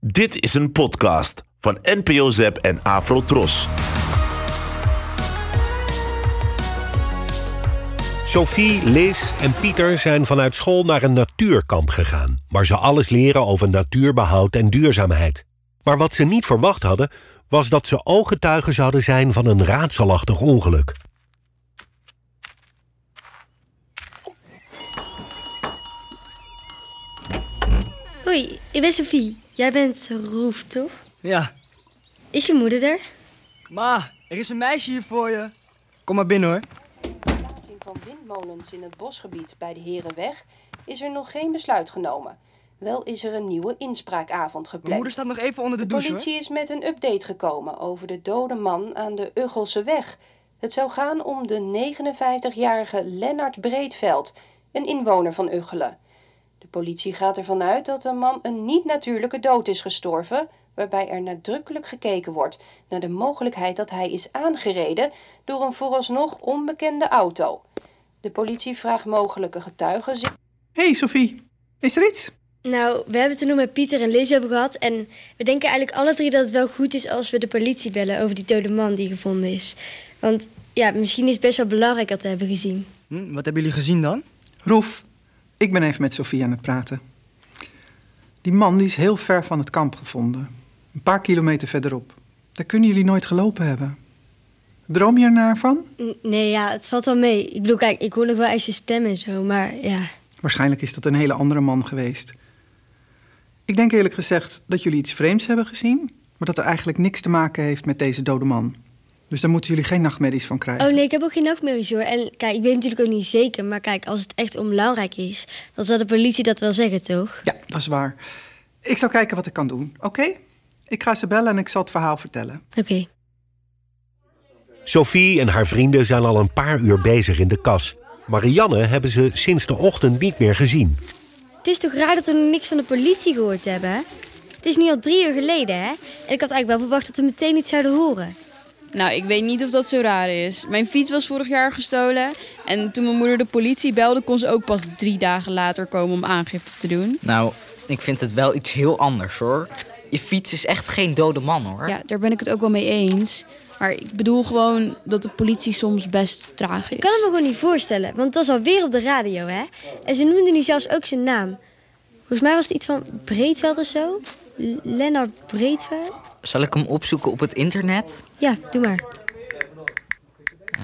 Dit is een podcast van NPO Zep en Afro Tros. Sophie, Liz en Pieter zijn vanuit school naar een natuurkamp gegaan, waar ze alles leren over natuurbehoud en duurzaamheid. Maar wat ze niet verwacht hadden, was dat ze ooggetuigen zouden zijn van een raadselachtig ongeluk. Hoi, ik ben Sophie. Jij bent Roef, toch? Ja, Is je moeder er? ma, er is een meisje hier voor je. Kom maar binnen hoor. plaatsing van windmolens in het bosgebied bij de Herenweg is er nog geen besluit genomen. Wel is er een nieuwe inspraakavond Mijn moeder gepland. staat nog even onder de De douche hoor. politie is met een update gekomen over de dode man aan de Uggelse weg. Het zou gaan om de 59-jarige Lennart Breedveld, een inwoner van Uggelen. De politie gaat ervan uit dat de man een niet-natuurlijke dood is gestorven, waarbij er nadrukkelijk gekeken wordt naar de mogelijkheid dat hij is aangereden door een vooralsnog onbekende auto. De politie vraagt mogelijke getuigen zich. Hey Sophie, is er iets? Nou, we hebben het er nog met Pieter en Liz over gehad. En we denken eigenlijk alle drie dat het wel goed is als we de politie bellen over die dode man die gevonden is. Want ja, misschien is het best wel belangrijk dat we hebben gezien. Hm, wat hebben jullie gezien dan? Roef, ik ben even met Sophie aan het praten. Die man die is heel ver van het kamp gevonden. Een paar kilometer verderop. Daar kunnen jullie nooit gelopen hebben. Droom je ernaar van? N- nee, ja, het valt wel mee. Ik bedoel, kijk, ik hoor nog wel eens zijn stem en zo, maar ja. Waarschijnlijk is dat een hele andere man geweest. Ik denk eerlijk gezegd dat jullie iets vreemds hebben gezien... maar dat er eigenlijk niks te maken heeft met deze dode man. Dus daar moeten jullie geen nachtmerries van krijgen. Oh nee, ik heb ook geen nachtmerries hoor. En kijk, ik weet natuurlijk ook niet zeker, maar kijk, als het echt onbelangrijk is, dan zal de politie dat wel zeggen, toch? Ja, dat is waar. Ik zal kijken wat ik kan doen, oké? Ik ga ze bellen en ik zal het verhaal vertellen. Oké. Sophie en haar vrienden zijn al een paar uur bezig in de kas. Marianne hebben ze sinds de ochtend niet meer gezien. Het is toch raar dat we nog niks van de politie gehoord hebben? Het is nu al drie uur geleden, hè? En ik had eigenlijk wel verwacht dat we meteen iets zouden horen. Nou, ik weet niet of dat zo raar is. Mijn fiets was vorig jaar gestolen. En toen mijn moeder de politie belde, kon ze ook pas drie dagen later komen om aangifte te doen. Nou, ik vind het wel iets heel anders hoor. Je fiets is echt geen dode man hoor. Ja, daar ben ik het ook wel mee eens. Maar ik bedoel gewoon dat de politie soms best traag is. Ik kan het me gewoon niet voorstellen, want dat is alweer op de radio, hè? En ze noemden nu zelfs ook zijn naam. Volgens mij was het iets van Breedveld of zo. L- Lennart Breedveld? Zal ik hem opzoeken op het internet? Ja, doe maar.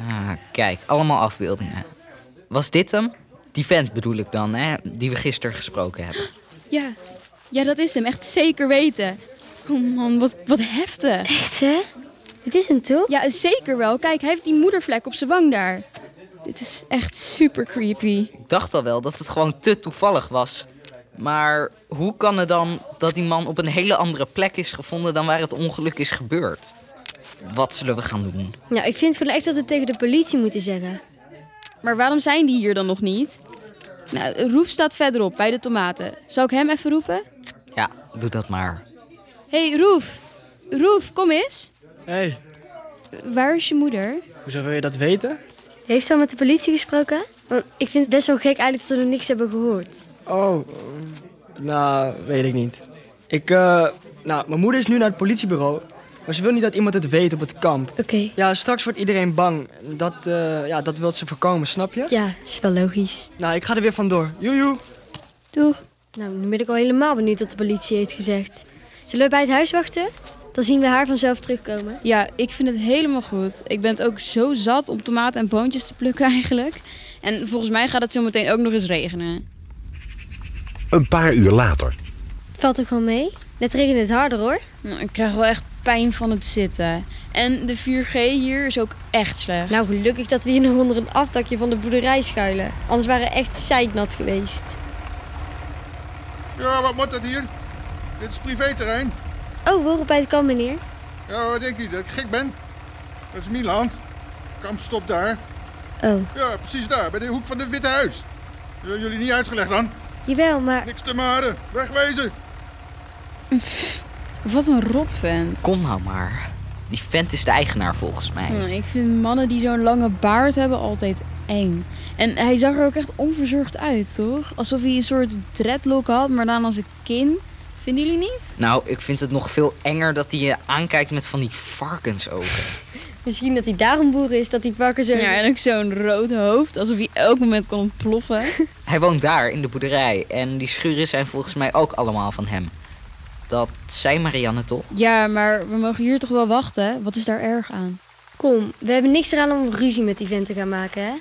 Ah, kijk, allemaal afbeeldingen. Was dit hem? Die vent bedoel ik dan, hè, die we gisteren gesproken hebben. Ja. ja, dat is hem. Echt zeker weten. Oh man, wat, wat heftig. Echt, hè? Het is hem toch? Ja, zeker wel. Kijk, hij heeft die moedervlek op zijn wang daar. Dit is echt super creepy. Ik dacht al wel dat het gewoon te toevallig was. Maar hoe kan het dan dat die man op een hele andere plek is gevonden dan waar het ongeluk is gebeurd? Wat zullen we gaan doen? Nou, ik vind gewoon echt dat we het tegen de politie moeten zeggen. Maar waarom zijn die hier dan nog niet? Nou, Roef staat verderop bij de tomaten. Zal ik hem even roepen? Ja, doe dat maar. Hé, hey, Roef. Roef, kom eens. Hé, hey, Waar is je moeder? hoezo wil je dat weten? Heeft ze al met de politie gesproken? Want ik vind het best wel gek eigenlijk dat we nog niks hebben gehoord. Oh, eh, nou, weet ik niet. Ik, eh, nou, mijn moeder is nu naar het politiebureau. Maar ze wil niet dat iemand het weet op het kamp. Oké. Ja, straks wordt iedereen bang. Dat, eh, ja, dat wil ze voorkomen, snap je? Ja, is wel logisch. Nou, ik ga er weer vandoor. Joejoe. Doeg. Nou, nu ben ik al helemaal benieuwd wat de politie heeft gezegd. Zullen we bij het huis wachten? Dan zien we haar vanzelf terugkomen. Ja, ik vind het helemaal goed. Ik ben het ook zo zat om tomaten en boontjes te plukken eigenlijk. En volgens mij gaat het zo meteen ook nog eens regenen. Een paar uur later. Valt toch wel mee? Net regent het harder hoor. Nou, ik krijg wel echt pijn van het zitten. En de 4G hier is ook echt slecht. Nou, gelukkig dat we hier nog onder een afdakje van de boerderij schuilen. Anders waren we echt zeiknat geweest. Ja, wat moet dat hier? Dit is privéterrein. Oh, we horen bij het kamp, meneer. Ja, Nou, wat denk je dat ik gek ben? Dat is Miland. Kamp stopt daar. Oh, Ja, precies daar, bij de hoek van het Witte Huis. Ja, jullie niet uitgelegd dan? jawel, maar Niks te maken. eh, Wegwezen. Wat een rot vent. Kom nou maar. Die vent is de eigenaar volgens mij. Hm, Ik vind mannen die zo'n lange baard hebben altijd eng. En hij zag er ook echt onverzorgd uit, toch? Alsof hij een soort dreadlock had, maar dan als een kin. Vinden jullie niet? Nou, ik vind het nog veel enger dat hij je aankijkt met van die varkensogen. Misschien dat hij daarom boer is, dat die varkens zo... Ja, en ook zo'n rood hoofd, alsof hij elk moment kon ontploffen. Hij woont daar in de boerderij en die schuren zijn volgens mij ook allemaal van hem. Dat zei Marianne toch? Ja, maar we mogen hier toch wel wachten? Wat is daar erg aan? Kom, we hebben niks eraan om ruzie met die vent te gaan maken, hè?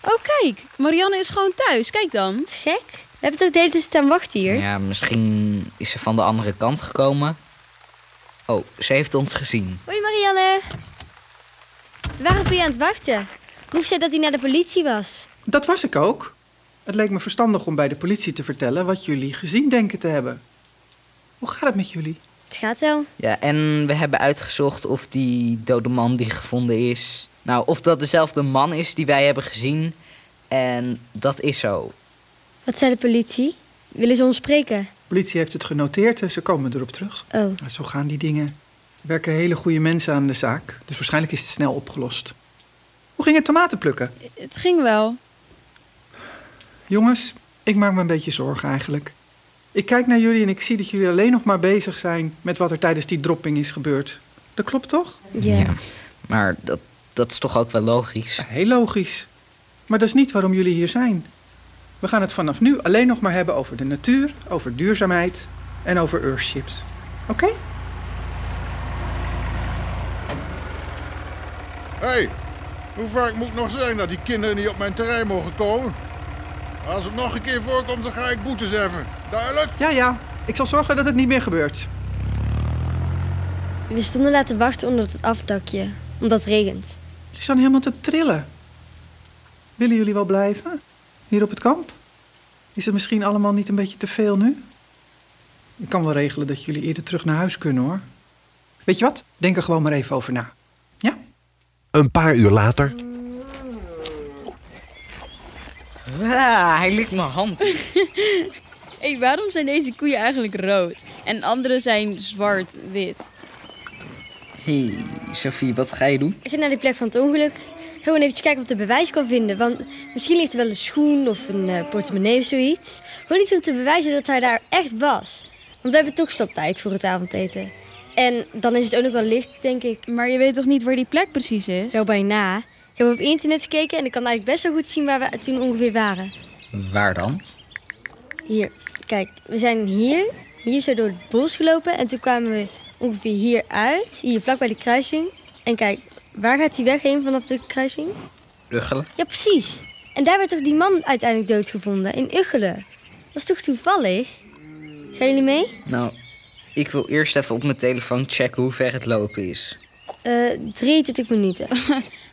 Oh, kijk, Marianne is gewoon thuis. Kijk dan. Wat gek. We hebben toch de hele tijd staan wachten hier? Ja, misschien is ze van de andere kant gekomen. Oh, ze heeft ons gezien. Hoi Marianne. Waarom ben je aan het wachten? Roef zei dat hij naar de politie was. Dat was ik ook. Het leek me verstandig om bij de politie te vertellen wat jullie gezien denken te hebben. Hoe gaat het met jullie? Het gaat wel. Ja, en we hebben uitgezocht of die dode man die gevonden is. Nou, of dat dezelfde man is die wij hebben gezien. En dat is zo. Wat zei de politie? Willen ze ons spreken? De politie heeft het genoteerd en ze komen erop terug. Oh, Nou, Zo gaan die dingen. Er werken hele goede mensen aan de zaak, dus waarschijnlijk is het snel opgelost. Hoe ging het tomaten plukken? Het ging wel. Jongens, ik maak me een beetje zorgen eigenlijk. Ik kijk naar jullie en ik zie dat jullie alleen nog maar bezig zijn met wat er tijdens die dropping is gebeurd. Dat klopt toch? ja. Maar dat, dat is toch ook wel logisch? Heel logisch. Maar dat is niet waarom jullie hier zijn. We gaan het vanaf nu alleen nog maar hebben over de natuur, over duurzaamheid en over earthships. Oké? Hé, hey, hoe vaak moet ik nog zeggen dat die kinderen niet op mijn terrein mogen komen? Als het nog een keer voorkomt, dan ga ik boetes heffen. Duidelijk? Ja, ja. Ik zal zorgen dat het niet meer gebeurt. We stonden laten wachten onder het afdakje, omdat het regent. Jullie staan helemaal te trillen. Willen jullie wel blijven? Hier op het kamp? Is het misschien allemaal niet een beetje te veel nu? Ik kan wel regelen dat jullie eerder terug naar huis kunnen hoor. Weet je wat? Denk er gewoon maar even over na. Ja? Een paar uur later, Ah, hij likt mijn hand. Hé, waarom zijn deze koeien eigenlijk rood? En andere zijn zwart-wit. Hé, hey, Sophie, wat ga je doen? Ik ging naar die plek van het ongeluk. Gewoon eventjes kijken of ik er bewijs kan vinden. Want misschien ligt er wel een schoen of een eh, portemonnee of zoiets. Gewoon iets om te bewijzen dat hij daar echt was. Want we hebben toch staptijd voor het avondeten. En dan is het ook nog wel licht, denk ik. Maar je weet toch niet waar die plek precies is? Wel bijna. Ik heb op internet gekeken en ik kan eigenlijk best wel goed zien waar we toen ongeveer waren. Waar dan? Hier, kijk, we zijn hier, hier zo door het bos gelopen en toen kwamen we ongeveer hier uit, hier vlak bij de kruising. En kijk, waar gaat die weg heen vanaf de kruising? Luggelen? Ja, precies. En daar werd toch die man uiteindelijk doodgevonden, in Uggelen. Dat is toch toevallig? Gaan jullie mee? Nou, ik wil eerst even op mijn telefoon checken hoe ver het lopen is. Eh 23 minuten.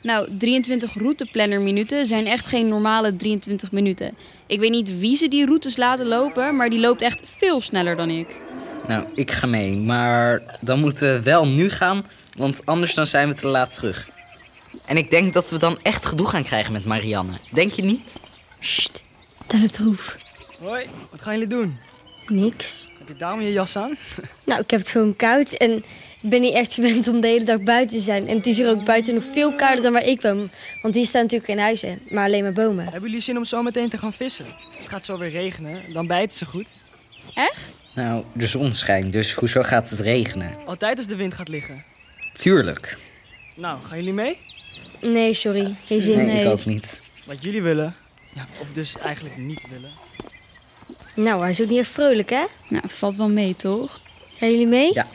Nou, 23 routeplannerminuten zijn echt geen normale 23 minuten. Ik weet niet wie ze die routes laten lopen, maar die loopt echt veel sneller dan ik. Nou, ik ga mee, maar dan moeten we wel nu gaan, want anders dan zijn we te laat terug. En ik denk dat we dan echt gedoe gaan krijgen met Marianne. Denk je niet? Sst, daar het troef. Hoi, wat gaan jullie doen? Niks. Heb je daarom je jas aan? Nou, ik heb het gewoon koud en ik ben niet echt gewend om de hele dag buiten te zijn. En het is hier ook buiten nog veel kouder dan waar ik woon. Want hier staan natuurlijk geen huizen, maar alleen maar bomen. Hebben jullie zin om zo meteen te gaan vissen? Het gaat zo weer regenen, dan bijten ze goed. Nou, de zon schijnt, dus hoezo gaat het regenen? Altijd als de wind gaat liggen. Tuurlijk. Nou, gaan jullie mee? Nee, sorry. Geen zin. Nee, Nee. ik ook niet. Wat jullie willen. Ja, of dus eigenlijk niet willen. Nou, hij is ook niet echt vrolijk, hè? Nou, valt wel mee, toch? Gaan jullie mee? Ja.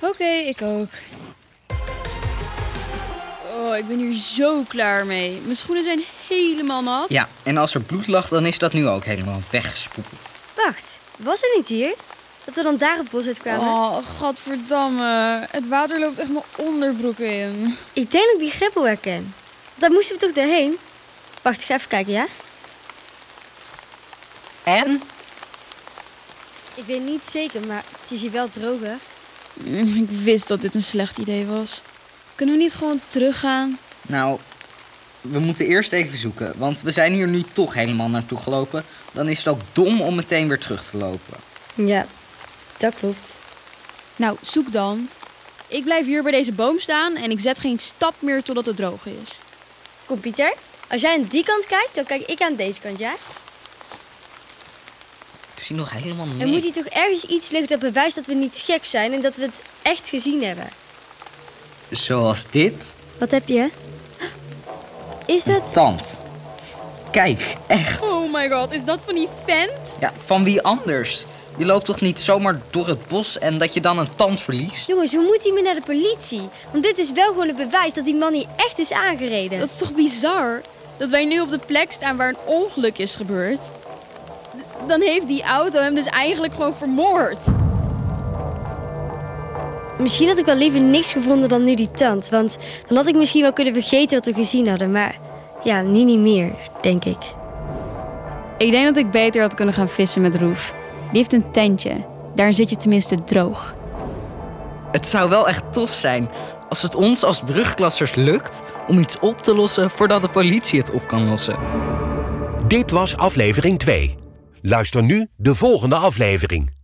Oké, ik ook. Oh, ik ben hier zo klaar mee. Mijn schoenen zijn helemaal nat. Ja, en als er bloed lag, dan is dat nu ook helemaal weggespoeld. Wacht, was het niet hier? Dat we dan daar op het bos uitkwamen? Oh, godverdamme. Het water loopt echt mijn onderbroek in. Ik denk dat ik die greppel herken. Daar moesten we toch doorheen? Wacht, ik ga even kijken, ja? En? Ik weet niet zeker, maar het is hier wel droger. Mm, Ik wist dat dit een slecht idee was. Kunnen we niet gewoon teruggaan? Nou, we moeten eerst even zoeken, want we zijn hier nu toch helemaal naartoe gelopen. Dan is het ook dom om meteen weer terug te lopen. Ja, dat klopt. Nou, zoek dan. Ik blijf hier bij deze boom staan en ik zet geen stap meer totdat het droog is. Kom Pieter, als jij aan die kant kijkt, dan kijk ik aan deze kant, ja? zie nog helemaal niks. Er moet hier toch ergens iets liggen dat bewijst dat we niet gek zijn en dat we het echt gezien hebben. Zoals dit. Wat heb je? Is dat... Tand. Kijk, echt. Oh my god, is dat van die vent? Ja, van wie anders? Je loopt toch niet zomaar door het bos en dat je dan een tand verliest? Jongens, hoe moet hij meer naar de politie? Want dit is wel gewoon het bewijs dat die man hier echt is aangereden. Dat is toch bizar? Dat wij nu op de plek staan waar een ongeluk is gebeurd. D- Dan heeft die auto hem dus eigenlijk gewoon vermoord. Misschien had ik wel liever niks gevonden dan nu die tand. Want dan had ik misschien wel kunnen vergeten wat we gezien hadden. Maar ja, nu niet meer, denk ik. Ik denk dat ik beter had kunnen gaan vissen met Roef. Die heeft een tentje. Daar zit je tenminste droog. Het zou wel echt tof zijn als het ons als brugklassers lukt om iets op te lossen voordat de politie het op kan lossen. Dit was aflevering 2. Luister nu de volgende aflevering.